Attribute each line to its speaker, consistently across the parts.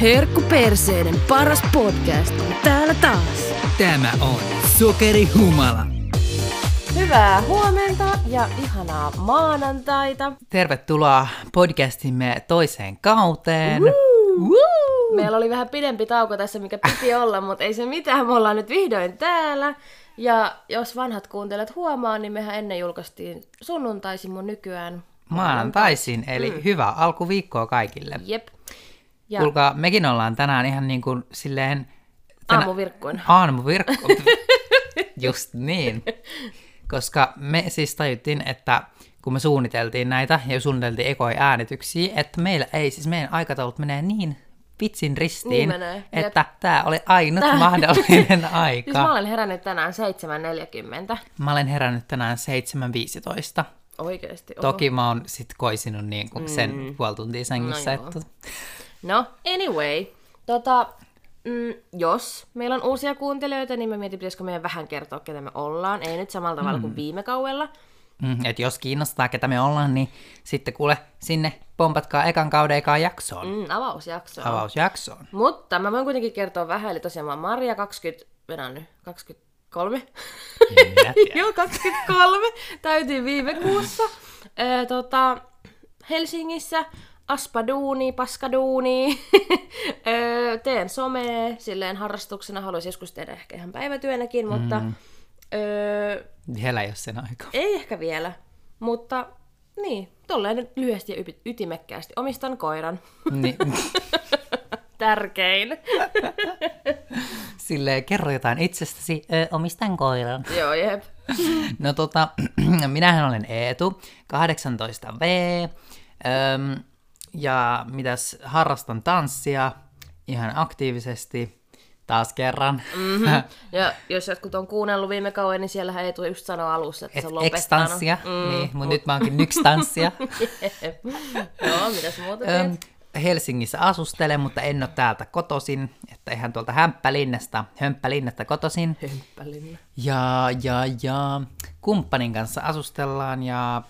Speaker 1: Herkku Perseiden paras podcast on täällä taas.
Speaker 2: Tämä on Sokeri Humala.
Speaker 1: Hyvää huomenta ja ihanaa maanantaita.
Speaker 2: Tervetuloa podcastimme toiseen kauteen.
Speaker 1: Meillä oli vähän pidempi tauko tässä, mikä piti olla, mutta ei se mitään, me ollaan nyt vihdoin täällä. Ja jos vanhat kuuntelijat huomaa, niin mehän ennen julkaistiin sunnuntaisin mun nykyään.
Speaker 2: Maanantaisin, eli hyvää alkuviikkoa kaikille.
Speaker 1: Jep. Mm. Ja
Speaker 2: Ja. Kuulkaa, mekin ollaan tänään ihan niin kuin silleen...
Speaker 1: aamuvirkkuina.
Speaker 2: Aamuvirkku. Just niin. Koska me siis tajuttiin, että kun me suunniteltiin näitä ja suunniteltiin ekoja äänityksiä, että meillä ei, siis meidän aikataulut menee niin vitsin ristiin,
Speaker 1: Niin menee, jep.
Speaker 2: että tämä oli ainut mahdollinen aika.
Speaker 1: Siis mä olen herännyt tänään 7.40.
Speaker 2: Mä olen herännyt tänään 7.15.
Speaker 1: Oikeesti. oho.
Speaker 2: Toki mä oon sit koisinut niin kuin sen Oh. mm. puoli tuntia sängyssä.
Speaker 1: No
Speaker 2: No että...
Speaker 1: No, anyway. Tota, mm, jos meillä on uusia kuuntelijoita, niin mä mietin, pitäisikö meidän vähän kertoa, ketä me ollaan. Ei nyt samalla tavalla kuin viime kaudella.
Speaker 2: mm, et jos kiinnostaa, ketä me ollaan, niin sitten kuule sinne pompatkaa ekan kauden ekaan jaksoon. Mm.
Speaker 1: Mm, avausjakso.
Speaker 2: Avausjaksoon.
Speaker 1: Mutta mä voin kuitenkin kertoa vähän, eli tosiaan mä oon Maria 20, mennään nyt, 23.
Speaker 2: En minä tiedä.
Speaker 1: Joo, 23. Täytin viime kuussa. Ö, tota, Helsingissä. Aspaduuni, paskaduuni. Ö, teen somea silleen harrastuksena. Haluaisin joskus tehdä ehkä ihan päivätyönäkin, mutta
Speaker 2: Mm.
Speaker 1: ö,
Speaker 2: Vielä jos sen aika.
Speaker 1: ei ehkä vielä. Mutta niin, tolleen nyt lyhyesti ja ypi- ytimekkäästi. Omistan koiran.
Speaker 2: Niin,
Speaker 1: Tärkein.
Speaker 2: silleen kerro jotain itsestäsi. Ö, omistan koiran.
Speaker 1: Joo, jep.
Speaker 2: No tota, minähän olen Eetu, 18V, öm, ja mitäs, harrastan tanssia ihan aktiivisesti, taas kerran. Mm-hmm.
Speaker 1: Ja jos jotkut on kuunnellut viime kauan, niin siellähän ei tule just sanoa alussa, että
Speaker 2: Et
Speaker 1: se on lopettanut.
Speaker 2: ex-tanssia, mm, niin, mutta nyt mä oonkin nyks-tanssia.
Speaker 1: Jep. Joo, mitäs muuta teet?
Speaker 2: Öm, Helsingissä asustelen, mutta en ole täältä kotosin, että ihan tuolta Hämppälinnasta, Hömppälinnasta kotosin.
Speaker 1: Hömppälinna.
Speaker 2: Ja, ja, ja kumppanin kanssa asustellaan ja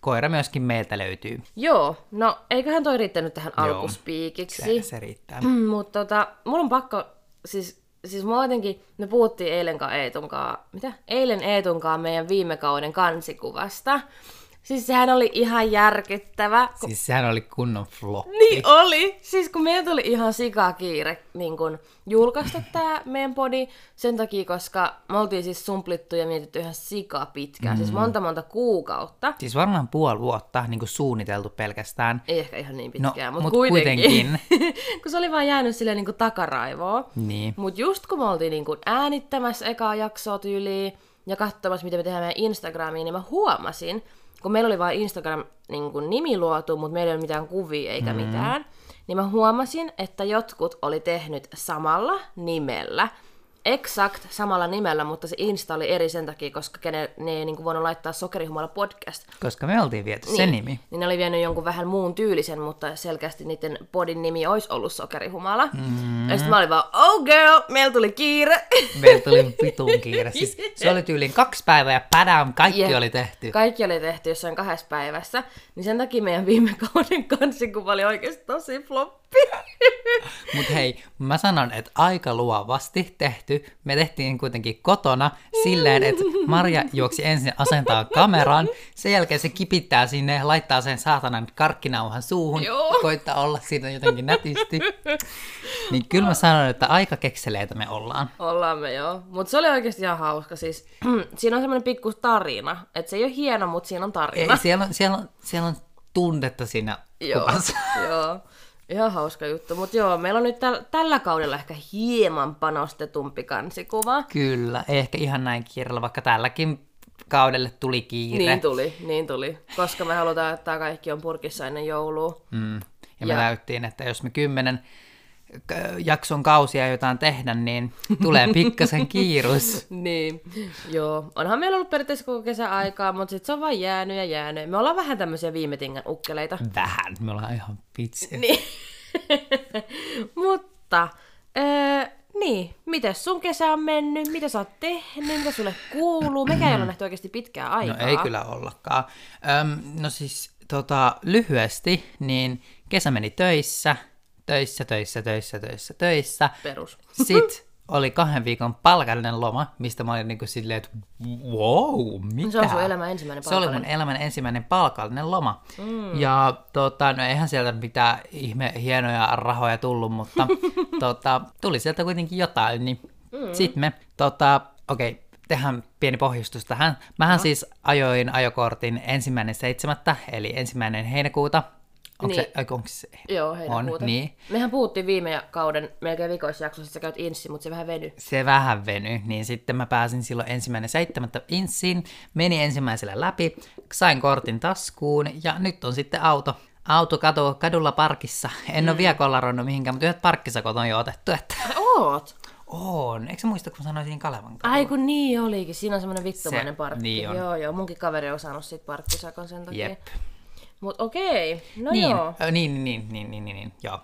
Speaker 2: koira myöskin meiltä löytyy.
Speaker 1: Joo, no eiköhän toi riittänyt tähän alkuspiikiksi.
Speaker 2: Se, se riittää.
Speaker 1: Mm, Mutta tota, mulla on pakko, siis, siis mulla jotenkin, me puhuttiin eilenkaan Eetunkaan, mitä? Eilen Eetunkaan meidän viime kauden kansikuvasta. Siis sehän oli ihan järkyttävä. Ku-
Speaker 2: Siis sehän oli kunnon flop.
Speaker 1: Niin oli! Siis kun meillä tuli ihan sikakiire niin kun julkaista tämä meidän podi sen takia, koska me oltiin siis sumplittu ja mietitty ihan sika pitkään, mm. siis monta monta kuukautta.
Speaker 2: Siis varmaan puoli vuotta niin kuin suunniteltu pelkästään.
Speaker 1: Ei ehkä ihan niin
Speaker 2: No,
Speaker 1: pitkään, no, mutta
Speaker 2: mut
Speaker 1: mut kuitenkin.
Speaker 2: kuitenkin.
Speaker 1: kun se oli vaan jäänyt silleen niin takaraivoon.
Speaker 2: Niin.
Speaker 1: Mutta just kun me oltiin niin kuin äänittämässä ekaa jaksoa tyyliin ja katsomassa, mitä me tehdään meidän Instagramiin, niin mä huomasin, kun meillä oli vain Instagram-nimi luotu, mutta meillä ei ole mitään kuvia eikä mm. mitään, niin mä huomasin, että jotkut oli tehnyt samalla nimellä. Exact samalla nimellä, mutta se Insta oli eri sen takia, koska kenen, ne ei niin kuin voinut laittaa Sokerihumala podcast,
Speaker 2: Koska me oltiin viety niin. se nimi.
Speaker 1: niin ne oli vienyt jonkun vähän muun tyylisen, mutta selkeästi niiden podin nimi olisi ollut Sokerihumala. Mm. Ja sitten mä olin vaan, oh girl, meillä tuli kiire.
Speaker 2: Meillä tuli vitun kiire. Siis se oli tyyliin kaksi päivää ja padam, kaikki
Speaker 1: Jep.
Speaker 2: oli tehty.
Speaker 1: Kaikki oli tehty jossain kahdessa päivässä, niin sen takia meidän viime kauden kansikuva oli oikeasti tosi floppi.
Speaker 2: Mut hei, mä sanon, että aika luovasti tehty. Me tehtiin kuitenkin kotona silleen, että Marja juoksi ensin asentaa kameran, sen jälkeen se kipittää sinne ja laittaa sen saatanan karkkinauhan suuhun,
Speaker 1: Joo.
Speaker 2: koittaa olla siinä jotenkin nätisti. Niin kyllä mä sanon, että aika kekseleitä me ollaan.
Speaker 1: Ollaan me joo. Mutta se oli oikeasti ihan hauska. Siis, siinä on semmoinen pikku tarina. Että se ei ole hieno, mutta siinä on
Speaker 2: Ei,
Speaker 1: tarina.
Speaker 2: siellä, on, siellä, on, siellä on tunnetta siinä
Speaker 1: Joo,
Speaker 2: kuvassa.
Speaker 1: joo. Ihan hauska juttu. Mutta joo, meillä on nyt täl- tällä kaudella ehkä hieman panostetumpi kansikuva.
Speaker 2: Kyllä, ei ehkä ihan näin kiireellä, vaikka tälläkin kaudelle tuli kiire.
Speaker 1: Niin tuli, niin tuli. Koska me halutaan, että tämä kaikki on purkissa ennen joulua.
Speaker 2: Mm. Ja me
Speaker 1: Ja-
Speaker 2: näyttiin, että jos me kymmenen k- jakson kausia jotain tehdä, niin tulee pikkasen kiirus.
Speaker 1: Niin, joo. Onhan meillä ollut periaatteessa koko kesä aikaa, mutta sitten se on vaan jäänyt ja jäänyt. Me ollaan vähän tämmöisiä viime tingän ukkeleita.
Speaker 2: Vähän, me ollaan ihan vitsi. Niin.
Speaker 1: Niin.
Speaker 2: Mm.
Speaker 1: mutta, öö, niin, miten sun kesä on mennyt? Mitä sä oot tehnyt? Mitä sulle kuuluu? Mekä ei ole nähty oikeasti pitkään
Speaker 2: No
Speaker 1: aikaa.
Speaker 2: ei kyllä ollakaan. Öm, no siis tota, lyhyesti, niin kesä meni töissä, töissä, töissä, töissä, töissä, töissä.
Speaker 1: Perus.
Speaker 2: Sitten oli kahden viikon palkallinen loma, mistä mä olin niinku silleen, että wow, mitä?
Speaker 1: Se on sun elämän ensimmäinen
Speaker 2: Se oli mun
Speaker 1: palkallinen.
Speaker 2: elämän ensimmäinen palkallinen loma. Mm. Ja tota, no eihän sieltä mitään ihme hienoja rahoja tullut, mutta tota, tuli sieltä kuitenkin jotain, niin mm. sitten me, tota, okei, okay, tehdään pieni pohjustus tähän. Mähän no. siis ajoin ajokortin ensimmäinen seitsemättä, eli ensimmäinen heinäkuuta. Onko
Speaker 1: Niin.
Speaker 2: se, ai, onko se,
Speaker 1: Joo, heinäkuuta.
Speaker 2: On, niin.
Speaker 1: Mehän puhuttiin viime kauden melkein vikoisjaksossa, että sä käyt inssi, mutta se vähän veny.
Speaker 2: se vähän veny, niin sitten mä pääsin silloin ensimmäinen seitsemättä insiin, meni ensimmäisellä läpi, sain kortin taskuun ja nyt on sitten auto. Auto katu, kadulla parkissa. En mm. ole vielä kollaroinut mihinkään, mutta yhdet parkkisakot on jo otettu. Että...
Speaker 1: Sä oot!
Speaker 2: On. Eikö sä muista, kun mä sanoin siinä Kalevan kadulla?
Speaker 1: Ai kun niin olikin, siinä on semmoinen vittumainen
Speaker 2: Se-
Speaker 1: parkki.
Speaker 2: niin on.
Speaker 1: Joo, joo, munkin kaveri on saanut siitä parkkisakon sen takia.
Speaker 2: Jep.
Speaker 1: Mut okei, Ah, no
Speaker 2: Niin,
Speaker 1: joo.
Speaker 2: ö, niin, niin, niin, niin, niin, niin, joo.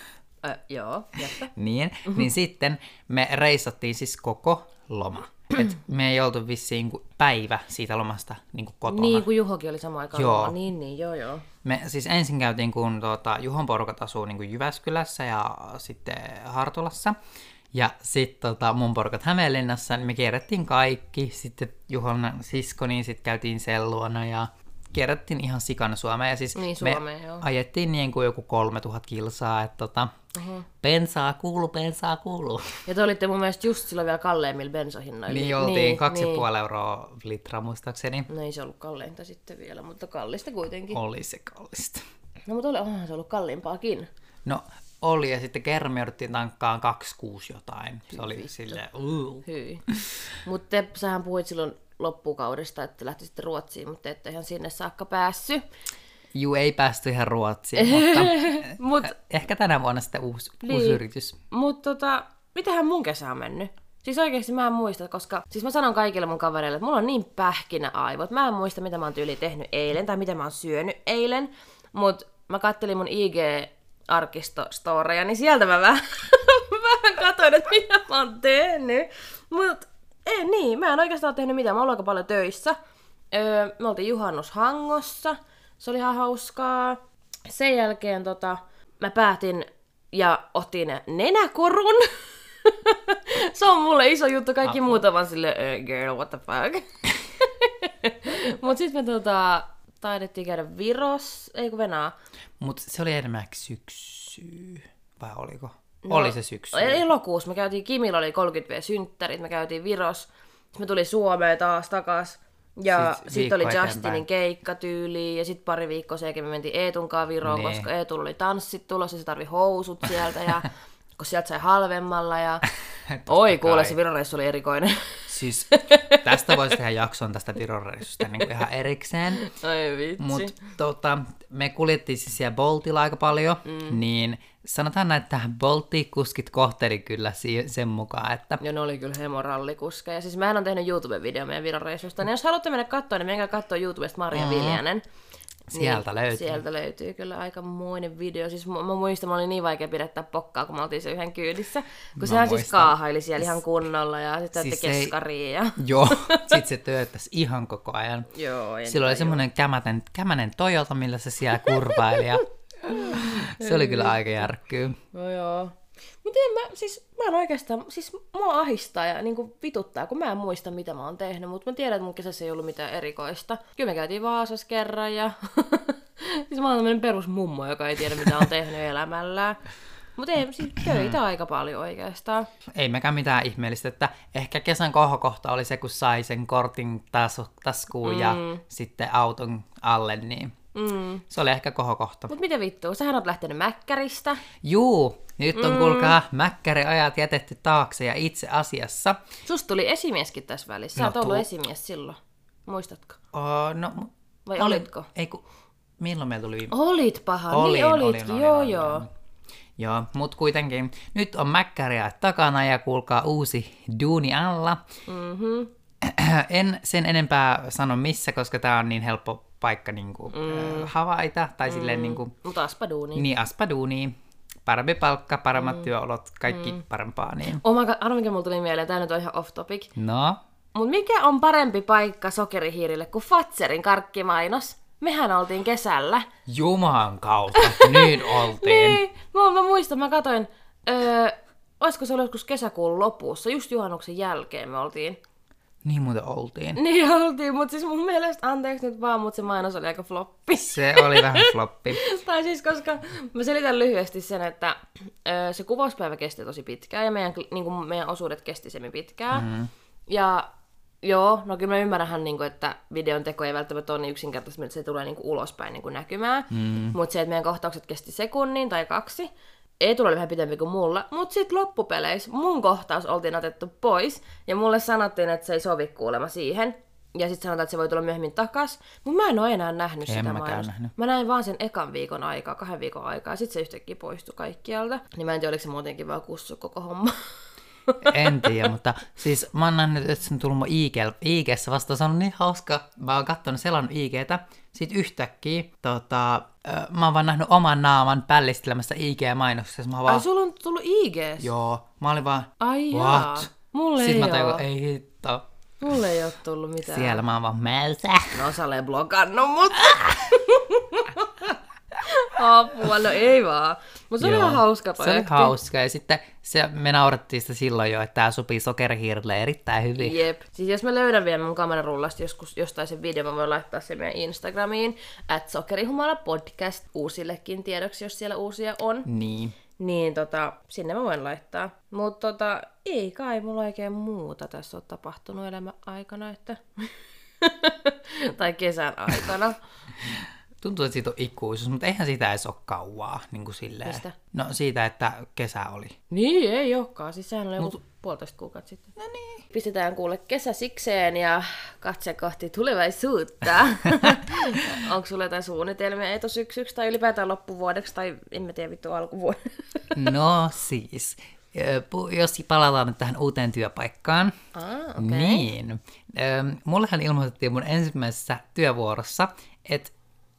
Speaker 1: Ö, joo, jättä.
Speaker 2: niin,
Speaker 1: Mhm.
Speaker 2: niin sitten me reissattiin siis koko loma. Et me ei oltu vissiin kuin päivä siitä lomasta niin kuin kotona.
Speaker 1: Niin kuin Juhokin oli samaan aikaan.
Speaker 2: Joo.
Speaker 1: Joo. Niin, niin, joo, joo.
Speaker 2: Me siis ensin käytiin, kun tuota, Juhon porukat asuu niin kuin Jyväskylässä ja sitten Hartolassa. Ja sitten tota, mun porukat Hämeenlinnassa, niin me kierrättiin kaikki. Sitten Juhon sisko, niin sitten käytiin sen luona ja kierrättiin ihan sikana Suomea. Ja siis
Speaker 1: Niin,
Speaker 2: me
Speaker 1: Suomea, joo.
Speaker 2: ajettiin niin kuin joku 3000 kilsaa, että tota, uh-huh. pensaa kuuluu, pensaa kuuluu.
Speaker 1: Ja te olitte mun mielestä just silloin vielä kalleimmilla bensahinnoilla.
Speaker 2: Niin oltiin 2,5 niin. euroa litra muistaakseni.
Speaker 1: No ei se ollut kalleinta sitten vielä, mutta kallista kuitenkin.
Speaker 2: Oli se kallista.
Speaker 1: No mutta oli, onhan se ollut kalliimpaakin.
Speaker 2: No oli, ja sitten kerran me jouduttiin tankkaan 26 jotain. Se oli silleen, uu.
Speaker 1: Hyi. Mutta sähän puhuit silloin loppukaudesta, että lähtisitte Ruotsiin, mutta ette ihan sinne saakka päässyt.
Speaker 2: Juu, ei päästy ihan Ruotsiin, mutta Eh,
Speaker 1: Mut,
Speaker 2: ehkä tänä vuonna sitten uusi, uusi
Speaker 1: Niin.
Speaker 2: yritys.
Speaker 1: mut tota, mitähän mun kesä on mennyt? Siis oikeesti mä en muista, koska siis mä sanon kaikille mun kavereille, että mulla on niin pähkinä aivot. Mä en muista, mitä mä oon tyyli tehnyt eilen tai mitä mä oon syönyt eilen. Mut mä kattelin mun IG arkistostoreja, niin sieltä mä vähän, vähän katsoin, että mitä mä oon tehnyt. Mut ei niin, mä en oikeastaan oo tehnyt mitään. Mä oon ollut aika paljon töissä. Öö, me oltiin juhannushangossa. Se oli ihan hauskaa. Sen jälkeen tota, mä päätin ja otin nenäkorun. se on mulle iso juttu, kaikki Apua. muut on vaan silleen, "Eh, girl, what the fuck. Mut sit me tota, taidettiin käydä Viros, ei kun Venäa.
Speaker 2: Mutta se oli enemmän syksy, vai oliko? No, oli se syksy.
Speaker 1: Ei, elokuussa me käytiin, Kimillä oli 30 synttärit, me käytiin Viros, sitten me tuli Suomeen taas takas. Ja
Speaker 2: Sit
Speaker 1: sitten sit oli
Speaker 2: viikko
Speaker 1: Justinin
Speaker 2: eteenpäin.
Speaker 1: keikkatyyli ja sitten pari viikkoa sen jälkeen me mentiin Eetunkaan Viroon,
Speaker 2: Niin.
Speaker 1: niin. koska Eetulla oli tanssit tulossa, se tarvi housut sieltä ja kun sieltä sai halvemmalla ja... Oi kuule,
Speaker 2: kai.
Speaker 1: se Viroreissu oli erikoinen.
Speaker 2: Siis tästä voisi tehdä jakson tästä Viroreissusta niin ihan erikseen.
Speaker 1: Ai vitsi. Mut...
Speaker 2: Mutta tota, me kuljettiin siis siellä Boltilla aika paljon, mm. niin sanotaan näin, että Boltti-kuskit kohteli kyllä si- sen mukaan, että
Speaker 1: Ja ne oli kyllä hemorallikuskeja. Siis mähän on tehnyt YouTube-video meidän Viroreissusta, niin jos haluatte mennä katsoa, niin menkää katsoa YouTubesta Maria mm. Viljanen.
Speaker 2: sieltä
Speaker 1: niin,
Speaker 2: löytyy.
Speaker 1: Sieltä löytyy kyllä aikamoinen video. Siis mä, mä muistan, mä oli niin vaikea pidättää pokkaa, kun mä oltiin se yhden kyydissä. Kun sehän siis
Speaker 2: muistan.
Speaker 1: kaahaili siellä ihan kunnolla ja sitten
Speaker 2: Siis
Speaker 1: siis
Speaker 2: se ei-
Speaker 1: keskariin ja...
Speaker 2: Joo, sit se tööttäisi ihan koko ajan.
Speaker 1: Joo, en
Speaker 2: Sillä oli
Speaker 1: tajua.
Speaker 2: semmoinen kämäten, kämänen Toyota, millä se siellä kurvaili ja se oli kyllä aika järkkyy.
Speaker 1: No joo. Mutta en mä, siis mä en oikeastaan, siis mua ahistaa ja niinku vituttaa, kun mä en muista mitä mä oon tehnyt, mutta mä tiedän, että mun kesässä ei ollut mitään erikoista. Kyllä me käytiin Vaasassa kerran ja siis mä oon tämmönen perusmummo, joka ei tiedä mitä on tehnyt elämällään. Mutta ei, siis töitä aika paljon oikeastaan.
Speaker 2: Ei mekään mitään ihmeellistä, että ehkä kesän kohokohta oli se, kun sai sen kortin tasu, taskuun mm. ja sitten auton alle, niin mm. se oli ehkä kohokohta.
Speaker 1: Mut mitä vittua, sähän oot lähtenyt Mäkkäristä.
Speaker 2: Juu, nyt on mm. kuulkaa mäkkäriajat jätetty taakse ja itse asiassa,
Speaker 1: Susta tuli esimieskin tässä välissä. Sä
Speaker 2: No
Speaker 1: oot ollut
Speaker 2: tuu-
Speaker 1: esimies silloin. Muistatko?
Speaker 2: oh, no, mu-
Speaker 1: Vai
Speaker 2: olin-
Speaker 1: olitko?
Speaker 2: Ei kun, milloin meillä tuli viime?
Speaker 1: Olit paha, niin olitkin, joo joo.
Speaker 2: Joo, mutta kuitenkin nyt on mäkkäriä takana ja kuulkaa uusi duuni alla. Mm-hmm. En sen enempää sano missä, koska tämä on niin helppo paikka niinku, mm. havaita tai mm. silleen niinku,
Speaker 1: Mutta aspa duuni.
Speaker 2: niin aspa duuni, parempi palkka, paremmat mm. työolot, kaikki mm. parempaa niin.
Speaker 1: Oh my god, arvo mikä mulla tuli mieleen, tämä nyt on ihan off topic.
Speaker 2: No,
Speaker 1: Mut mikä on parempi paikka sokerihiirille kuin Fatserin karkkimainos? Mehän oltiin kesällä.
Speaker 2: jumalan kautta, niin oltiin.
Speaker 1: Niin, mä, mä mä muistan, mä katoin, öö, olisiko se ollut joskus kesäkuun lopussa, just juhannuksen jälkeen me oltiin.
Speaker 2: Niin muuten oltiin.
Speaker 1: Niin oltiin, mutta siis mun mielestä, anteeksi nyt vaan, mutta se mainos oli aika floppi.
Speaker 2: Se oli vähän floppi.
Speaker 1: tai siis koska mä selitän lyhyesti sen, että ö, se kuvauspäivä kesti tosi pitkään ja meidän, niin kuin meidän osuudet kesti semmin pitkään.
Speaker 2: Mm-hmm.
Speaker 1: Mm. Ja joo, no kyllä mä ymmärränhän, niin kuin, että videon teko ei välttämättä ole niin yksinkertaisesti, että se tulee niin kuin ulospäin niin kuin näkymään.
Speaker 2: Mm-hmm.
Speaker 1: Mm. Mutta se, että meidän kohtaukset kesti sekunnin tai kaksi, ei tule vähän pitempi kuin mulla, mutta sitten loppupeleissä mun kohtaus oltiin otettu pois, ja mulle sanottiin, että se ei sovi kuulemma siihen, ja sitten sanotaan, että se voi tulla myöhemmin takas, mutta mä en ole enää nähnyt
Speaker 2: En
Speaker 1: sitä
Speaker 2: mäkään
Speaker 1: mainosta.
Speaker 2: nähnyt.
Speaker 1: Mä näin vaan sen ekan viikon aikaa, kahden viikon aikaa, sitten se yhtäkkiä poistui kaikkialta, niin mä en tiedä, oliko se muutenkin vaan kussu koko homma.
Speaker 2: En tiedä, mutta siis mä oon nähnyt, että se on tullut mun IG-llä- IG-ssä vasta. Se on niin hauska. Mä oon kattonut selannut IGtä. Sitten yhtäkkiä tota, ö, mä oon vaan nähnyt oman naaman pällistelemässä IG-mainoksessa. Mä oon
Speaker 1: Ai,
Speaker 2: vaan,
Speaker 1: sulla on tullut IG?
Speaker 2: Ah. joo, mä olin vaan,
Speaker 1: Ai jaa.
Speaker 2: what?
Speaker 1: Mulle
Speaker 2: Sitten mä
Speaker 1: ei oo.
Speaker 2: tajun, ei hitto.
Speaker 1: Mulle ei ole tullut mitään.
Speaker 2: Siellä mä oon vaan mälsä.
Speaker 1: No sä olet blokannut mut. Apua, no ei vaan. Mutta se oli
Speaker 2: Joo.
Speaker 1: ihan hauska
Speaker 2: Se oli
Speaker 1: projekti.
Speaker 2: hauska. Ja sitten se, me naurattiin sitä silloin jo, että tää sopii sokerihiirille erittäin hyvin.
Speaker 1: Jep. Siis jos mä löydän vielä mun kamerarullasta joskus jostain sen video, mä voin laittaa sen meidän Instagramiin. At Sokerihumala podcast uusillekin tiedoksi, jos siellä uusia on.
Speaker 2: Niin.
Speaker 1: Niin tota, sinne mä voin laittaa. Mut tota, ei kai mulla oikein muuta tässä ole tapahtunut elämän aikana, että... tai kesän aikana.
Speaker 2: Tuntuu, että siitä on ikuisuus, mutta eihän siitä edes ole kauaa. Niin kuin silleen.
Speaker 1: Mistä?
Speaker 2: No siitä, että kesä oli.
Speaker 1: Niin, ei olekaan. Siis sehän oli joku puolitoista kuukautta sitten. No niin. Pistetään kuule kesä sikseen ja katse kohti tulevaisuutta. Onko sulla jotain suunnitelmia etosyksyksi tai ylipäätään loppuvuodeksi tai en mä tiedä vittu alkuvuodeksi?
Speaker 2: No siis, ö, pu- jos palataan nyt tähän uuteen työpaikkaan.
Speaker 1: Ah, okei.
Speaker 2: Niin. Ö, Mullehan ilmoitettiin mun ensimmäisessä työvuorossa, että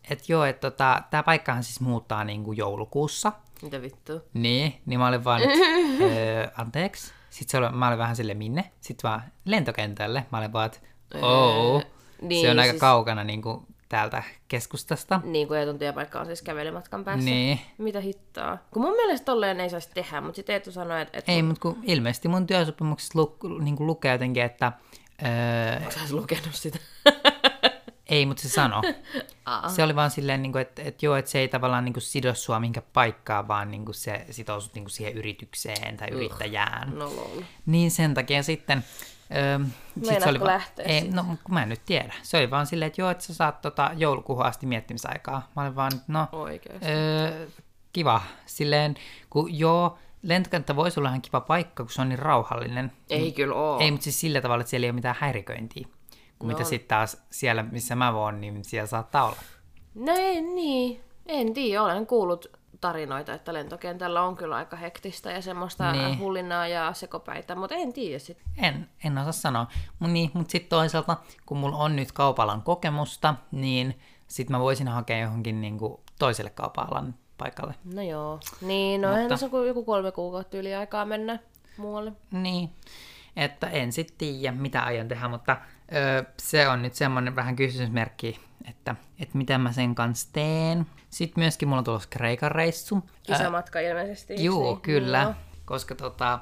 Speaker 2: et joo, että tota, tämä paikkahan siis muuttaa niinku joulukuussa.
Speaker 1: Mitä vittu?
Speaker 2: Niin, niin mä olin vaan, että öö, anteeksi. Sitten se oli, mä olin vähän sille minne. Sitten vaan lentokentälle. Mä olin vaan, että oh,
Speaker 1: niin,
Speaker 2: se on aika
Speaker 1: siis-
Speaker 2: kaukana niin kuin, täältä keskustasta.
Speaker 1: Niin kuin Eetun työpaikka on siis kävelymatkan päässä.
Speaker 2: Niin.
Speaker 1: Mitä hittaa? Kun mun mielestä tolleen ei saisi tehdä, mutta sitten Eetu sanoi, että... Et,
Speaker 2: Ei, mutta kun ilmeisesti mun työsopimuksessa lu, niin kuin lukee jotenkin, että öö,
Speaker 1: Onko sä edes lukenut sitä?
Speaker 2: ei, mutta se sano. se oli vaan silleen, niin kuin, että, että joo, että se ei tavallaan niin kuin, sido sua minkä paikkaa, vaan niin kuin, se sitoo sut niin kuin, siihen yritykseen tai yrittäjään.
Speaker 1: No lol.
Speaker 2: Niin sen takia sitten... Öö, sit
Speaker 1: Meinaatko
Speaker 2: se oli vaan,
Speaker 1: lähteä
Speaker 2: ei, no kun mä en nyt tiedä. Se oli vaan silleen, että joo, että sä saat tota, joulukuuhun asti miettimisaikaa. Mä olin vaan, että no,
Speaker 1: Oikeesti.
Speaker 2: öö, kiva. Silleen, kun joo, lentokenttä voisi olla ihan kiva paikka, kun se on niin rauhallinen.
Speaker 1: Ei kyllä oo.
Speaker 2: Ei, mutta siis sillä tavalla, että siellä ei ole mitään häiriköintiä. Kun mitä sitten taas siellä, missä mä voon, niin siellä saattaa olla.
Speaker 1: No ei niin. En tiedä, olen kuullut tarinoita, että lentokentällä on kyllä aika hektistä ja semmoista
Speaker 2: Niin.
Speaker 1: niin. hullinaa ja sekopäitä, mutta en tiedä sitten.
Speaker 2: En, en osaa sanoa. Mut niin, mutta sitten toisaalta, kun mulla on nyt kaupalan kokemusta, niin sitten mä voisin hakea johonkin niinku toiselle kaupalan paikalle.
Speaker 1: No joo. Niin, no mutta... tässä on kuin joku kolme kuukautta yli aikaa mennä muualle.
Speaker 2: Niin, että en sitten tiedä, mitä aion tehdä, mutta öö, se on nyt semmoinen vähän kysymysmerkki, että, että mitä mä sen kanssa teen. Sitten myöskin mulla on tulossa Kreikan reissu.
Speaker 1: Kisamatka ilmeisesti. eiks
Speaker 2: Joo,
Speaker 1: niin?
Speaker 2: kyllä.
Speaker 1: Joo.
Speaker 2: Koska tota,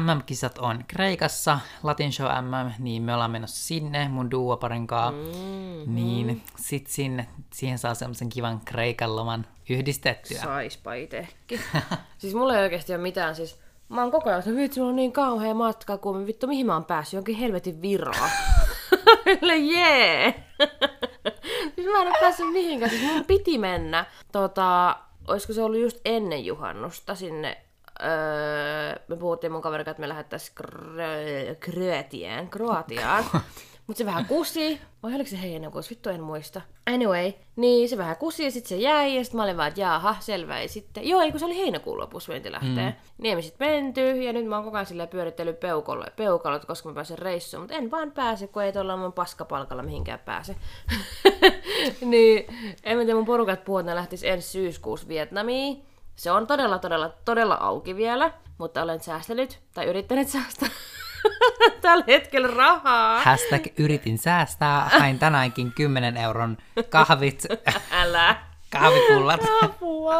Speaker 2: MM-kisat on Kreikassa, Latin Show MM, niin me ollaan menossa sinne mun duoparinkaa. Mm-hmm. Niin sit sinne, siihen saa semmoisen kivan Kreikan loman yhdistettyä.
Speaker 1: Saispa itekin. siis mulla ei oikeasti ole mitään, siis mä oon koko ajan, että vitsi, mulla on niin kauhea matka, kun vittu, mihin mä oon päässyt, jonkin helvetin viroon. Sille jee! siis mä en ole päässyt mihinkään, siis mun piti mennä, tota, olisiko se ollut just ennen juhannusta sinne, öö, me puhuttiin mun kaverin kanssa, että me lähettäisiin Kro- Kroatiaan, Kroatiaan. Mutta se vähän kusi. Vai oliko se heidän kokous? Vittu en muista. Anyway, niin se vähän kusi ja sitten se jäi ja sitten mä olin vaan, että jaaha, selvä. Ja sitten, joo, ei kun se oli heinäkuun lopussa menti lähtee. Mm. Niin me sitten menty ja nyt mä oon koko ajan silleen pyörittelyt peukolle, peukalot, koska mä pääsen reissuun. Mutta en vaan pääse, kun ei tuolla mun paskapalkalla mihinkään pääse. niin, en mä tiedä, mun porukat puhuu, että ne lähtis ensi syyskuussa Vietnamiin. Se on todella, todella, todella auki vielä, mutta olen säästänyt tai yrittänyt säästää tällä hetkellä rahaa.
Speaker 2: Hashtag yritin säästää, hain tänäänkin 10 euron kahvit
Speaker 1: Älä.
Speaker 2: kahvikullat.
Speaker 1: Apua.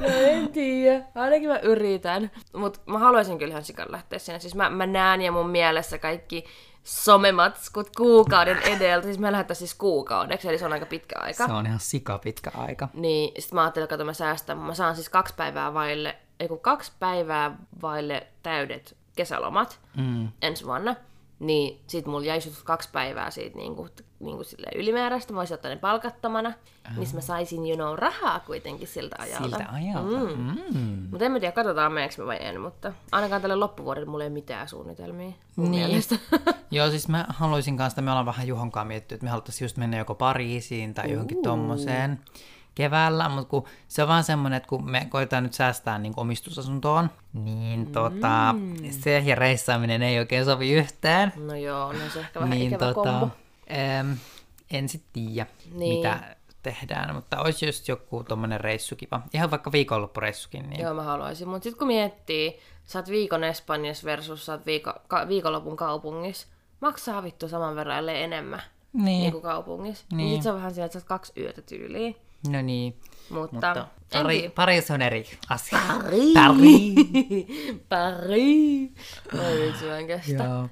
Speaker 1: No en tiedä. Ainakin mä yritän. Mut mä haluaisin kyllähän sikan lähteä sinne. Siis mä, mä näen ja mun mielessä kaikki somematskut kuukauden edeltä. Siis mä lähdetään siis kuukaudeksi, eli se on aika pitkä aika.
Speaker 2: Se on ihan sika pitkä aika.
Speaker 1: Niin, sit mä ajattelin, että mä säästän. Mä saan siis kaksi päivää vaille, ei kun kaksi päivää vaille täydet kesälomat
Speaker 2: Mm.
Speaker 1: ensi vuonna. Niin sit mulla jäi just kaksi päivää siitä niinku, niinku sille ylimääräistä. Mä olisin ottanut ne palkattomana. Mm. Niin mä saisin, you know, rahaa kuitenkin siltä ajalta.
Speaker 2: Siltä ajalta. Mm. Mm.
Speaker 1: Mutta en mä tiedä, katsotaan meneekö me vai en, mutta ainakaan tälle loppuvuodelle mulla ei ole mitään suunnitelmia. Mun
Speaker 2: Niin.
Speaker 1: mielestä.
Speaker 2: Joo, siis mä haluaisin kanssa, me ollaan vähän Juhonkaan miettinyt, että me haluttaisiin just mennä joko Pariisiin tai johonkin tommoseen keväällä, mutta kun se on vaan semmoinen, että kun me koitetaan nyt säästää niin omistusasuntoon, niin
Speaker 1: Mm.
Speaker 2: tota, se ja reissaaminen ei oikein sovi yhteen.
Speaker 1: no joo, on se ehkä vähän niin,
Speaker 2: niin
Speaker 1: ikävä kombo.
Speaker 2: em, en sit tiedä,
Speaker 1: Niin.
Speaker 2: niin. mitä tehdään, mutta olisi just joku tommonen reissu kiva. Ihan vaikka viikonloppureissukin, niin
Speaker 1: Joo, mä haluaisin. Mutta sitten kun miettii, sä oot viikon Espanjassa versus sä oot viiko, ka, viikonlopun kaupungissa, maksaa vittu saman verran, ellei enemmän
Speaker 2: Niin.
Speaker 1: niin kuin kaupungissa. Niin. niin
Speaker 2: Niin.
Speaker 1: sit se on vähän sillä, että sä oot kaksi yötä tyyliin.
Speaker 2: No niin.
Speaker 1: Mutta,
Speaker 2: Mutta
Speaker 1: en
Speaker 2: pari,
Speaker 1: tiedä.
Speaker 2: Pariis on eri asia.
Speaker 1: Pari.
Speaker 2: Pari.
Speaker 1: Pari. Oi vitsi, mä en kestä.
Speaker 2: Joo.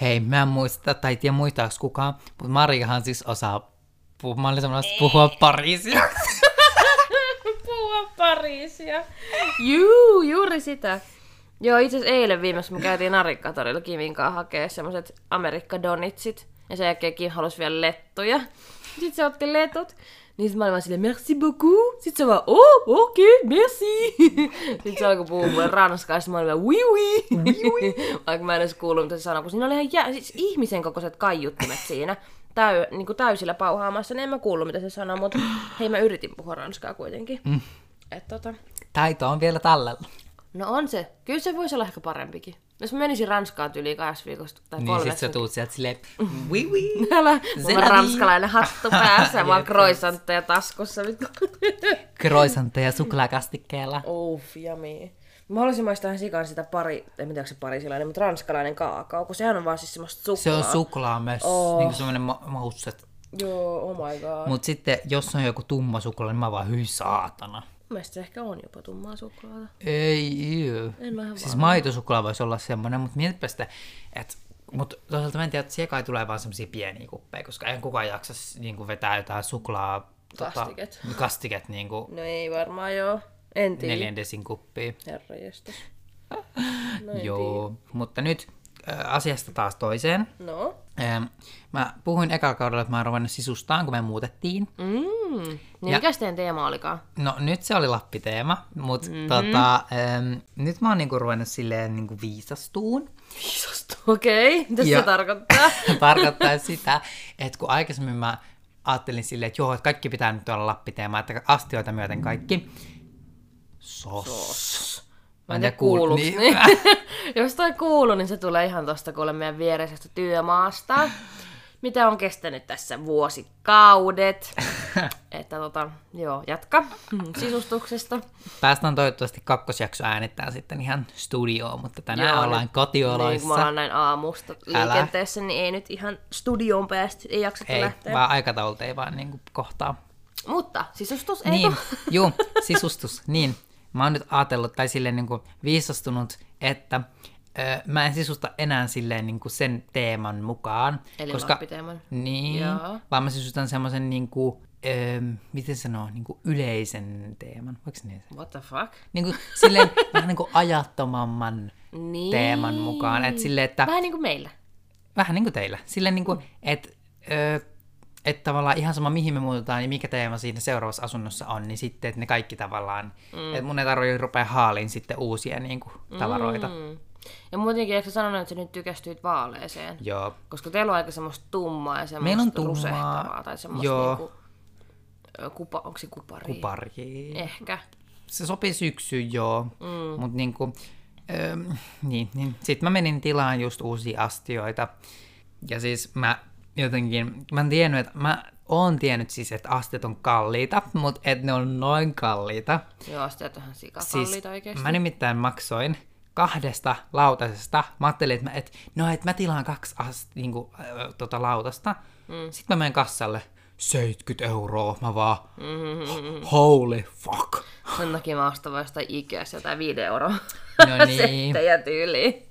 Speaker 2: Hei, mä en muista, tai en tiedä muistaaks kukaan, mutta Mariahan siis osaa puh- mä olin sanomassa puhua Pariisia.
Speaker 1: puhua Pariisia. Juu, juuri sitä. Joo, itse asiassa eilen viimeksi me käytiin Narikkatorilla Kivinkaan hakea semmoset Amerikka Donitsit. Ja sen jälkeen Kim halusi vielä lettuja. Sitten se otti letut. Niin sit mä olin vaan silleen, merci beaucoup. Sitten se vaan, oh, okei, okay, merci. Sitten se alkoi puhua mulle ranskaa, ja sit mä olin vaan, oui, oui. Vaikka mä en edes kuullut, mitä se sanoi, kun siinä oli ihan jä... siis ihmisen kokoiset kaiuttimet siinä. Täy, niin kuin täysillä pauhaamassa, niin en mä kuullut, mitä se sanoi, mutta hei, mä yritin puhua ranskaa kuitenkin. Mm. Et tota,
Speaker 2: Taito on vielä Niin tallella.
Speaker 1: No on se. Kyllä se voisi olla ehkä parempikin. No Jos mä menisin Ranskaan yli kahdessa viikosta tai
Speaker 2: Niin
Speaker 1: kolmessa. niin
Speaker 2: sit sä tuut sieltä silleen, oui oui.
Speaker 1: Älä,
Speaker 2: Se
Speaker 1: mulla
Speaker 2: läpi.
Speaker 1: on ranskalainen hattu päässä, vaan
Speaker 2: Jep.
Speaker 1: croissantteja taskussa. vittu.
Speaker 2: Kroisanteja suklaakastikkeella.
Speaker 1: Uff, jami. Mä haluaisin maistaa ihan sikan sitä pari, en tiedä onko se parisilainen, mutta ranskalainen kaakao, kun sehän on vaan siis semmoista suklaa.
Speaker 2: Se on suklaa myös,
Speaker 1: Oh.
Speaker 2: oh. niinku semmonen ma- mausset.
Speaker 1: Joo, oh my god. Mut...
Speaker 2: Mut sitten, jos on joku tumma suklaa, niin mä vaan hyi saatana.
Speaker 1: Mun mielestä se ehkä on jopa tummaa suklaata.
Speaker 2: Ei, juu.
Speaker 1: En mä ihan
Speaker 2: Siis maitosuklaa voisi olla semmoinen, mutta mietitpä sitä, että mutta toisaalta mä en tiedä, että siellä kai tulee vaan semmoisia pieniä kuppeja, koska ei kukaan jaksa niin vetää jotain suklaa...
Speaker 1: Kastiket.
Speaker 2: Tota, kastiket niin kuin
Speaker 1: No ei varmaan joo. En tiedä.
Speaker 2: neljän desin kuppia.
Speaker 1: Herra jestas.
Speaker 2: No, Joo, mutta nyt ö, asiasta taas toiseen.
Speaker 1: No.
Speaker 2: Ö, Mä puhuin ekalla kaudella, että mä oon ruvennut sisustaan, kun me muutettiin.
Speaker 1: Mm. Niin ja...
Speaker 2: Ja-
Speaker 1: mikäs teidän teema olikaan?
Speaker 2: No nyt se oli Lappi-teema, mutta mm-hmm. tota, äm, nyt mä oon niinku ruvennut silleen niinku viisastuun.
Speaker 1: Viisastu. Okei, okay. mitä se
Speaker 2: Ja-
Speaker 1: tarkoittaa?
Speaker 2: Tarkoittaa sitä, että kun aikaisemmin mä ajattelin silleen, että joo, että kaikki pitää nyt olla Lappi-teema, että astioita myöten kaikki. Sos. Sos.
Speaker 1: Mä en tiedä kuuluuko. Niin.
Speaker 2: Niin,
Speaker 1: Jos toi kuuluu, niin se tulee ihan tosta kuule meidän viereisestä työmaasta. Mitä on kestänyt tässä vuosikaudet. että tota, joo, jatka mm, sisustuksesta.
Speaker 2: päästään toivottavasti kakkosjakso äänittämään sitten ihan studioon, mutta tänään
Speaker 1: Joo,
Speaker 2: joo, ollaan
Speaker 1: nyt- Niin, kun me
Speaker 2: kotioloissa.
Speaker 1: ollaan näin aamusta liikenteessä, Älä. niin ei nyt ihan studioon päästy, ei jakseta
Speaker 2: ei,
Speaker 1: lähteä.
Speaker 2: vaan aikataulut ei vaan niinku kohtaa.
Speaker 1: Mutta sisustus ei
Speaker 2: Niin, juu, sisustus, niin. Mä oon nyt ajatellut tai silleen niin kuin viisastunut, että ö, mä en sisusta enää silleen niin kuin sen teeman mukaan.
Speaker 1: Eli
Speaker 2: koska,
Speaker 1: lappiteeman.
Speaker 2: Niin,
Speaker 1: Joo.
Speaker 2: Joo. vaan mä sisustan semmoisen niin kuin, ö, miten sanoa, niin kuin yleisen teeman. Voiko se niin?
Speaker 1: What the fuck?
Speaker 2: Niin kuin, silleen vähän niin kuin ajattomamman
Speaker 1: Niin.
Speaker 2: teeman mukaan. Että silleen, että
Speaker 1: Vähän niin kuin meillä.
Speaker 2: Vähän niin kuin teillä. Sillä niin kuin, että et tavallaan ihan sama mihin me muutetaan ja mikä teema siinä seuraavassa asunnossa on, niin sitten, että ne kaikki tavallaan, mm. että mun ei tarvitse rupea haaliin sitten uusia niin kuin, tavaroita. Mm.
Speaker 1: Mm. Ja muutenkin, eikö sä sanonut, että sä nyt tykästyit vaaleeseen?
Speaker 2: Joo.
Speaker 1: Koska teillä on aika semmoista tummaa ja semmoista
Speaker 2: Meillä on tummaa,
Speaker 1: rusehtavaa tai semmoista
Speaker 2: joo.
Speaker 1: niinku, ö, kupa, onko se kupari?
Speaker 2: Kupari. Eh.
Speaker 1: Ehkä.
Speaker 2: Se sopii syksyyn, joo. Mm. Mutta niin kuin, öö, niin, niin. Sitten mä menin tilaan just uusia astioita. Ja siis mä jotenkin, mä en tiennyt, että mä oon tiennyt siis, että astiat on kalliita, mutta et ne on noin kalliita.
Speaker 1: Joo, asteet on ihan
Speaker 2: Siis-
Speaker 1: sikakalliita oikeesti.
Speaker 2: Mä nimittäin maksoin kahdesta lautasesta. Mä ajattelin, että mä, et, no, et mä tilaan kaksi ast, niinku, äh, tota, lautasta. Mm. Sitten mä menen kassalle. 70 euroa. Mä vaan,
Speaker 1: Mm-hmm.
Speaker 2: holy fuck.
Speaker 1: Sen takia mä ostan vasta Ikeassa jotain 5 euroa
Speaker 2: No niin.
Speaker 1: settejä tyyliin.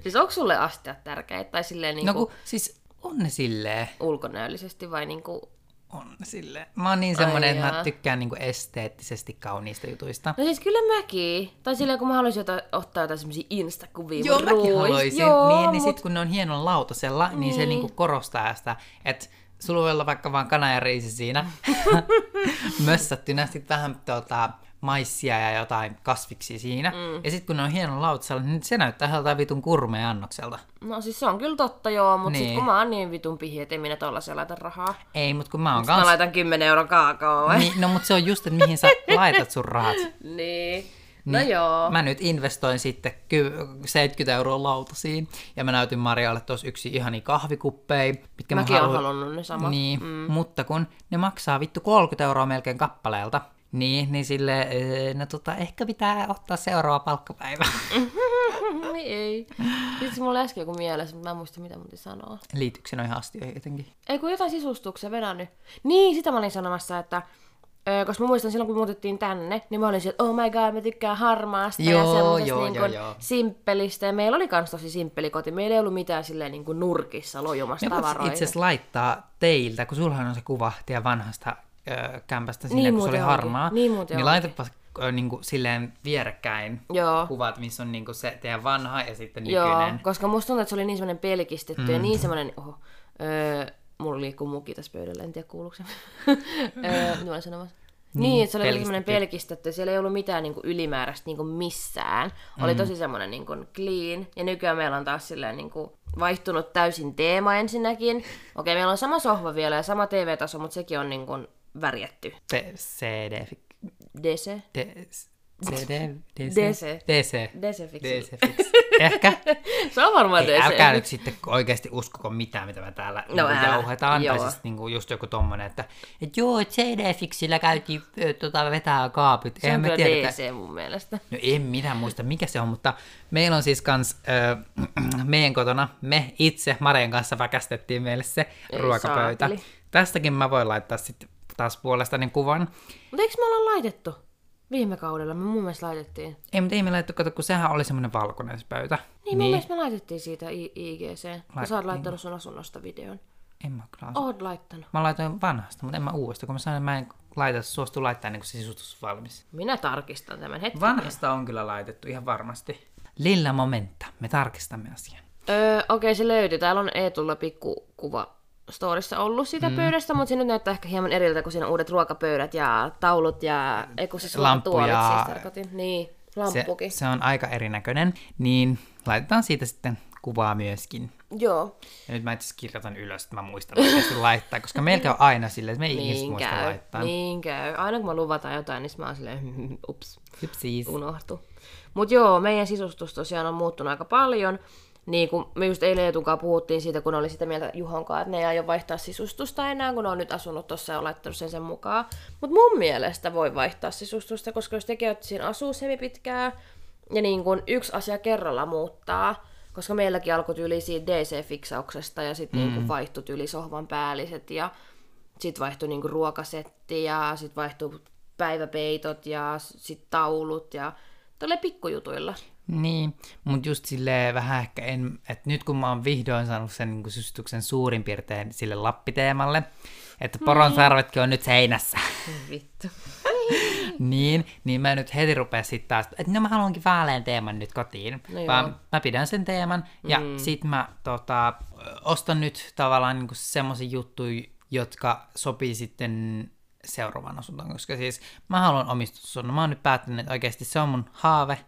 Speaker 1: Siis onko sulle astiat tärkeitä tai silleen niinku
Speaker 2: No
Speaker 1: no,
Speaker 2: kun, siis on ne silleen.
Speaker 1: ulkonäöllisesti vai niinku...
Speaker 2: On ne silleen. Mä oon niin semmonen, että
Speaker 1: jaa.
Speaker 2: mä tykkään niinku esteettisesti kauniista jutuista.
Speaker 1: No siis kyllä mäkin. Tai silleen kun mä haluaisin jotain, ottaa jotain semmosia instakuvia.
Speaker 2: Joo,
Speaker 1: mun
Speaker 2: mäkin
Speaker 1: ruuista.
Speaker 2: haluaisin.
Speaker 1: Joo,
Speaker 2: niin, niin
Speaker 1: mut-
Speaker 2: sit kun ne on hienolla lautasella, niin, se niinku korostaa sitä, että sulla voi olla vaikka vaan kana ja riisi siinä mössättynä, sit vähän tota, maissia ja jotain kasviksi siinä. Mm. Ja sit kun ne on hienolla lautasella, niin se näyttää joltain vitun kurmeen annokselta.
Speaker 1: No siis se on kyllä totta joo, mutta niin. sit
Speaker 2: Niin.
Speaker 1: kun mä oon niin vitun pihi, et ei minä tollaseen laita rahaa.
Speaker 2: Ei, mut kun mä
Speaker 1: Mä
Speaker 2: oon kans...
Speaker 1: laitan 10 euroa kaakaoa. Niin.
Speaker 2: Niin, no mut se on just, että mihin sä laitat sun rahat.
Speaker 1: niin. No joo.
Speaker 2: Mä nyt investoin sitten ky- 70 euroa lautasiin ja mä näytin Marialle tuossa yksi ihani kahvikuppeja, mitkä
Speaker 1: Mäkin
Speaker 2: mä
Speaker 1: oon
Speaker 2: haluan...
Speaker 1: halunnut ne samat.
Speaker 2: Niin, mm. mutta kun ne maksaa vittu 30 euroa melkein kappaleelta, niin, niin sille, eh, no tota, ehkä pitää ottaa seuraava palkkapäivä
Speaker 1: Mm. Ei, Niin ei. Siis mulla äsken joku mielessä, mutta mä en muista mitä mun piti sanoa.
Speaker 2: liityksen noihin astioihin jotenkin.
Speaker 1: Ei kun jotain sisustuksia, vedän nyt. Niin, sitä mä olin sanomassa, että ö, koska mä muistan silloin, kun muutettiin tänne, niin mä olin siellä, että oh my god, mä tykkään harmaasta ja
Speaker 2: Joo,
Speaker 1: semmoisesta
Speaker 2: joo,
Speaker 1: niin
Speaker 2: joo,
Speaker 1: kuin
Speaker 2: joo.
Speaker 1: simppelistä. Ja meillä oli kans tosi simppeli koti. Meillä ei ollut mitään silleen niin kuin nurkissa lojumassa
Speaker 2: Me voitaisiin
Speaker 1: tavaroita.
Speaker 2: itse asiassa laittaa teiltä, kun sulhan on se kuva teidän vanhasta ö, kämpästä sinne,
Speaker 1: Niin
Speaker 2: kun se oli
Speaker 1: muuten onkin.
Speaker 2: harmaa.
Speaker 1: Niin muuten
Speaker 2: niin
Speaker 1: onkin.
Speaker 2: laitapa ö, niin kuin, silleen vierekkäin
Speaker 1: Joo.
Speaker 2: kuvat, missä on niin kuin, se teidän vanha ja sitten
Speaker 1: Joo,
Speaker 2: nykyinen.
Speaker 1: koska musta tuntuu, että se oli niin semmoinen pelkistetty mm. ja niin semmoinen, oho, öö, mulla liikkuu muki tässä pöydällä, en tiedä kuuluuko se. öö, mitä mä olin sanomassa? Niin,
Speaker 2: Niin,
Speaker 1: että se oli semmoinen
Speaker 2: pelkistetty.
Speaker 1: pelkistetty, siellä ei ollut mitään niin kuin, ylimääräistä niin kuin missään. Oli
Speaker 2: Mm.
Speaker 1: tosi semmoinen niin kuin, clean, ja nykyään meillä on taas silleen, niin kuin, vaihtunut täysin teema ensinnäkin. Okei, meillä on sama sohva vielä ja sama TV-taso, mutta sekin on niin kuin, värjätty.
Speaker 2: Te- CD... fik-
Speaker 1: DC?
Speaker 2: te- s- CD... DC?
Speaker 1: DC.
Speaker 2: DC.
Speaker 1: DC fiksi.
Speaker 2: DC fix. Ehkä.
Speaker 1: Se on varmaan
Speaker 2: Ei, älkää
Speaker 1: DC.
Speaker 2: nyt sitten oikeasti uskoko mitään, mitä me täällä no,
Speaker 1: älä,
Speaker 2: niinku jauhetaan. Tai
Speaker 1: joo.
Speaker 2: siis niinku just joku tommonen, että et joo, CD-fixillä käytiin ö, tota, vetää kaapit.
Speaker 1: Se on
Speaker 2: Eihän me
Speaker 1: kyllä
Speaker 2: tiedetä-
Speaker 1: DC mun mielestä.
Speaker 2: No en minä muista, mikä se on, mutta meillä on siis kans ö, meidän kotona, me itse Marian kanssa väkästettiin meille se
Speaker 1: Ei
Speaker 2: ruokapöytä.
Speaker 1: saakeli.
Speaker 2: Tästäkin mä voin laittaa sitten taas puolestani kuvan.
Speaker 1: Mutta eikö me olla laitettu? Viime kaudella me mun mielestä laitettiin.
Speaker 2: Ei, mutta ei me laittu, kato, kun sehän oli semmoinen valkoinen se pöytä.
Speaker 1: Niin, niin. mun mielestä me laitettiin siitä I- IGC. Kun sä oot
Speaker 2: Laitettiin.
Speaker 1: laittanut sun asunnosta videon.
Speaker 2: En mä kyllä osaa.
Speaker 1: Oot laittanut.
Speaker 2: Mä laitoin vanhasta, mutta en mä uudesta, kun mä sanoin, että mä en laita, suostu laittaa niin kuin se sisustus valmis.
Speaker 1: Minä tarkistan tämän hetken.
Speaker 2: Vanhasta on kyllä laitettu ihan varmasti. Lilla momenta, me tarkistamme asian.
Speaker 1: Öö, Okei, okay, se löytyi. Täällä on Eetulla pikku kuva storissa ollut sitä mm. pöydästä, mutta se nyt näyttää ehkä hieman eriltä, kun siinä on uudet ruokapöydät ja taulut ja... Ei kun siis
Speaker 2: Lamppu
Speaker 1: tuolit
Speaker 2: ja-
Speaker 1: siis tarkoitin. Niin,
Speaker 2: Se,
Speaker 1: lamppukin. Se...
Speaker 2: se on aika erinäköinen, niin laitetaan siitä sitten kuvaa myöskin.
Speaker 1: Joo.
Speaker 2: Ja nyt mä itse asiassa kirjoitan ylös, että mä muistan oikeasti laittaa, koska meillä on aina silleen, että me ei ihmiset
Speaker 1: Niin
Speaker 2: muista
Speaker 1: käy.
Speaker 2: laittaa.
Speaker 1: Niin käy. Aina kun mä luvataan jotain, niin sit mä oon silleen, ups.
Speaker 2: Niin.
Speaker 1: unohtu. Mutta joo, meidän sisustus tosiaan on muuttunut aika paljon. Niin kun me just eilen Etunkaan puhuttiin siitä, kun oli sitä mieltä Juhon kanssa, että ne ei aio vaihtaa sisustusta enää, kun ne on nyt asunut tuossa ja on laittanut sen sen mukaan. Mutta mun mielestä voi vaihtaa sisustusta, koska jos tekee siinä asuu semi pitkään, ja niin kun yksi asia kerralla muuttaa, koska meilläkin alkoi tyyli siitä DC-fiksauksesta ja sitten mm. niin vaihtui tyyli sohvan päälliset ja sitten vaihtui niinku ruokasetti ja sitten vaihtui päiväpeitot ja sitten taulut ja tälle pikkujutuilla.
Speaker 2: Niin, mutta just silleen vähän ehkä en, että nyt kun mä oon vihdoin saanut sen niin sysityksen suurin piirtein sille lappiteemalle, että
Speaker 1: Niin.
Speaker 2: poron sarvetkin on nyt seinässä,
Speaker 1: Vittu.
Speaker 2: niin, niin mä nyt heti rupea sitten taas, että no mä haluankin vaalean teeman nyt kotiin,
Speaker 1: No joo.
Speaker 2: vaan mä pidän sen teeman ja sit mä tota, ostan nyt tavallaan niin semmoisia juttuja, jotka sopii sitten seuraavan asuntoon, koska siis mä haluan omistusasunnon. Mä oon nyt päättänyt, että oikeasti se on mun haave,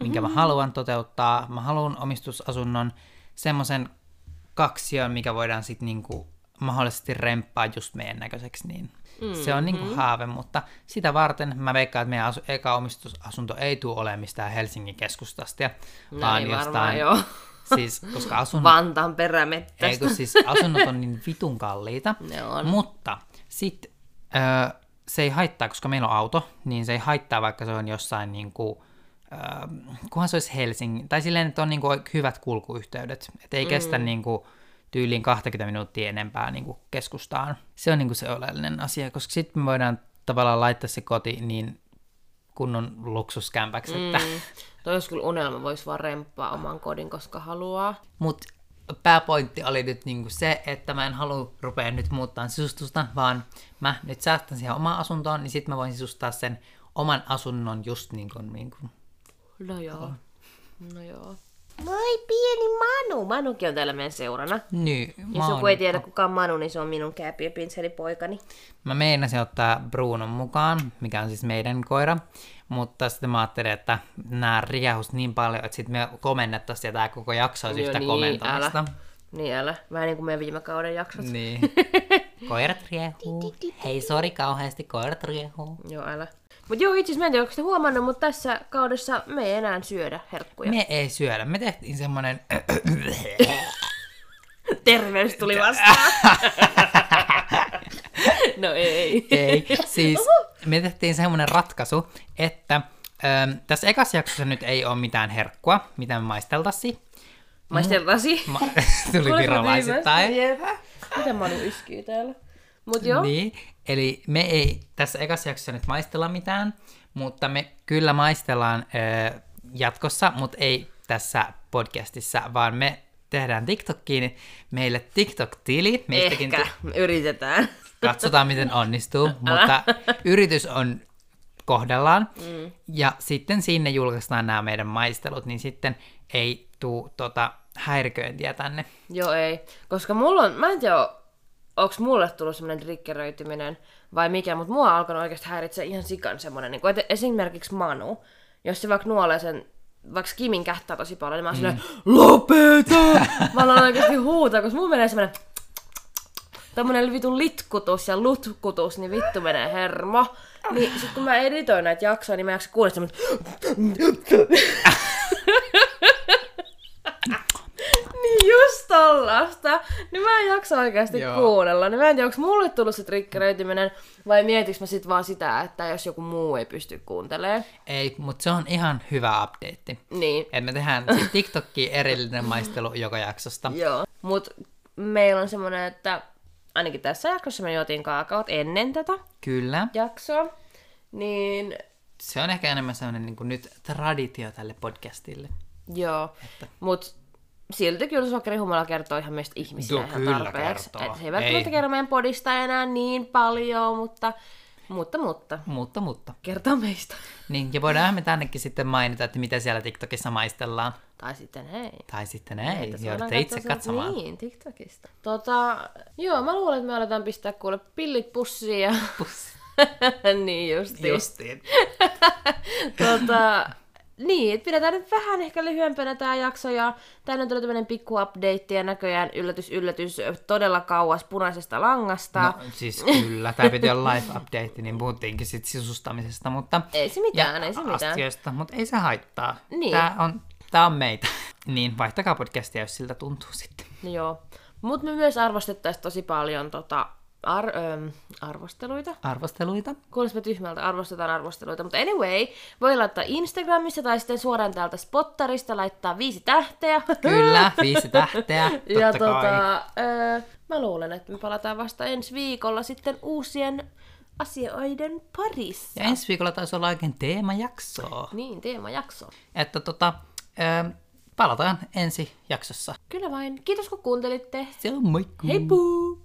Speaker 2: minkä mä haluan toteuttaa. Mä haluan omistusasunnon, semmoisen kaksion, mikä voidaan sitten niinku mahdollisesti remppaa just meidän näköiseksi, niin se on niinku haave, mutta sitä varten mä veikkaan, että meidän asu- eka omistusasunto ei tule olemaan mistään Helsingin keskustasta, ja
Speaker 1: No ei varmaan, joo.
Speaker 2: siis koska asun
Speaker 1: Vantaan perämettä.
Speaker 2: ei kun siis asunnot on niin vitun kalliita.
Speaker 1: Ne on.
Speaker 2: Mutta sit öö, se ei haittaa, koska meillä on auto, niin se ei haittaa, vaikka se on jossain niinku, öö, kunhan se olisi Helsingin, tai silleen, että on niinku hyvät kulkuyhteydet, että ei mm. kestä niinku tyyliin 20 minuuttia enempää niin kuin keskustaan. Se on niin kuin se oleellinen asia, koska sitten me voidaan tavallaan laittaa se koti niin kunnon luksuskämpäksi. Mm. Että.
Speaker 1: Toi olisi kyllä unelma, voisi vaan remppaa oman kodin, koska haluaa.
Speaker 2: Mut pääpointti oli nyt niin kuin se, että mä en halua rupea nyt muuttaa sisustusta, vaan mä nyt säästän siihen omaan asuntoon, niin sitten mä voin sisustaa sen oman asunnon just niin kuin, niin kuin
Speaker 1: No joo. No joo. Moi pieni Manu! Manukin on täällä meidän seurana.
Speaker 2: Niin, mä,
Speaker 1: Jos
Speaker 2: oon-
Speaker 1: joku ei tiedä kuka on Manu, niin se on minun kääpiöpinselipoikani.
Speaker 2: mä meinasin ottaa Brunon mukaan, mikä on siis meidän koira, mutta sitten mä ajattelin, että nämä riehus niin paljon, että sitten me komennettaisiin ja tämä koko jakso olisi yhtä komentamista.
Speaker 1: älä. Niin älä. Vähän niin kuin meidän viime kauden jaksot. Mm.
Speaker 2: Niin. Koirat riehuu. Hei, sori kauheasti, koirat riehuu.
Speaker 1: Joo, älä. Mut joo, itse asiassa mä en tiedä, onko huomannut, mutta tässä kaudessa me ei enää syödä herkkuja.
Speaker 2: Me ei syödä. Me tehtiin semmonen...
Speaker 1: Terveys tuli vastaan. no ei.
Speaker 2: ei, siis me tehtiin semmonen ratkaisu, että äm, tässä ekassa jaksossa nyt ei ole mitään herkkua, mitä me maisteltaisiin.
Speaker 1: Maisteltasi.
Speaker 2: Ma- tuli virolaisittain.
Speaker 1: Mitä Manu yskii täällä? Mut joo.
Speaker 2: Niin, eli me ei tässä ekassa jaksossa nyt maistella mitään, mutta me kyllä maistellaan ö, jatkossa, mutta ei tässä podcastissa, vaan me tehdään TikTokkiin meille TikTok-tili. Meistäkin
Speaker 1: Ehkä.
Speaker 2: tu-
Speaker 1: Yritetään.
Speaker 2: katsotaan, miten onnistuu, mutta yritys on kohdellaan. Mm. Ja sitten sinne julkaistaan nämä meidän maistelut, niin sitten ei tuu tota, häiriköintiä tänne.
Speaker 1: Joo, ei. Koska mulla on, mä en tiedä, onko mulle tullut semmoinen triggeröityminen vai mikä, mutta mua on alkanut oikeasti häiritse ihan sikan semmoinen, niin että esimerkiksi Manu, jos se vaikka nuolee sen, vaikka Kimin kättää tosi paljon, niin mä oon silleen, lopeta! mä alan oikeasti huutaa, koska mulla menee semmoinen tämmönen vitun litkutus ja lutkutus, niin vittu menee hermo. Niin sit kun mä editoin näitä jaksoja, niin mä en jaksa kuulla semmoinen Niin just tollasta. Niin mä en jaksa oikeasti
Speaker 2: Joo.
Speaker 1: kuunnella. Niin mä en tiedä, onko mulle tullut se trikkeröityminen vai mietinkö mä sit vaan sitä, että jos joku muu ei pysty kuuntelemaan.
Speaker 2: Ei, mutta se on ihan hyvä update.
Speaker 1: Niin,
Speaker 2: Et me tehdään sit TikTokkiin erillinen maistelu joka jaksosta.
Speaker 1: joo. Mut meillä on semmonen, että ainakin tässä jaksossa me juotiin kaakaot ennen tätä
Speaker 2: Kyllä.
Speaker 1: jaksoa. Niin,
Speaker 2: Se on ehkä enemmän sellainen niin nyt traditio tälle podcastille.
Speaker 1: joo. Mut silti kyllä sokerihumala kertoo ihan meistä ihmisistä
Speaker 2: Joo,
Speaker 1: ihan
Speaker 2: kyllä
Speaker 1: tarpeeksi.
Speaker 2: kertoo.
Speaker 1: Et se ei välttämättä
Speaker 2: Ei.
Speaker 1: kerro meidän podista enää niin paljon, mutta, mutta, mutta
Speaker 2: Mutta, mutta.
Speaker 1: kertoo meistä.
Speaker 2: Niin, ja voidaan me tännekin sitten mainita, että mitä siellä TikTokissa maistellaan.
Speaker 1: Tai sitten hei.
Speaker 2: Tai sitten ei,
Speaker 1: Tässä voidaan
Speaker 2: joudutte itse
Speaker 1: katsoa sieltä-
Speaker 2: katsomaan.
Speaker 1: Niin, TikTokista. Tota, joo, mä luulen, että me aletaan pistää kuule pillit pussiin ja...
Speaker 2: Puss.
Speaker 1: niin justiin. Just.
Speaker 2: Justiin.
Speaker 1: Tota, niin, et pidetään nyt vähän ehkä lyhyempänä tämä jakso ja tänne on tullut tämmönen pikku update ja näköjään yllätys, yllätys, todella kauas punaisesta langasta.
Speaker 2: No siis kyllä, tämä piti olla live update, niin puhuttiinkin sit sisustamisesta, mutta...
Speaker 1: Ei se mitään, ei se mitään.
Speaker 2: Asioista, mutta ei se haittaa.
Speaker 1: Niin.
Speaker 2: Tämä on, tää on meitä. Niin, vaihtakaa podcastia, jos siltä tuntuu sitten.
Speaker 1: No Joo. Mutta me myös arvostettaisiin tosi paljon tota, ar- öm, arvosteluita.
Speaker 2: Arvosteluita.
Speaker 1: Kuulostaa tyhmältä, arvostetaan arvosteluita. Mutta anyway, voi laittaa Instagramissa tai sitten suoraan täältä Spottarista laittaa viisi tähteä.
Speaker 2: Kyllä, viisi tähteä, totta
Speaker 1: ja
Speaker 2: kai.
Speaker 1: tota, öö, mä luulen, että me palataan vasta ensi viikolla sitten uusien asioiden parissa.
Speaker 2: Ja ensi viikolla taisi olla oikein teemajaksoa.
Speaker 1: Niin, teemajakso.
Speaker 2: Että tota, ö, palataan ensi jaksossa.
Speaker 1: Kyllä vain. Kiitos kun kuuntelitte.
Speaker 2: Se on moikku!
Speaker 1: Heippu!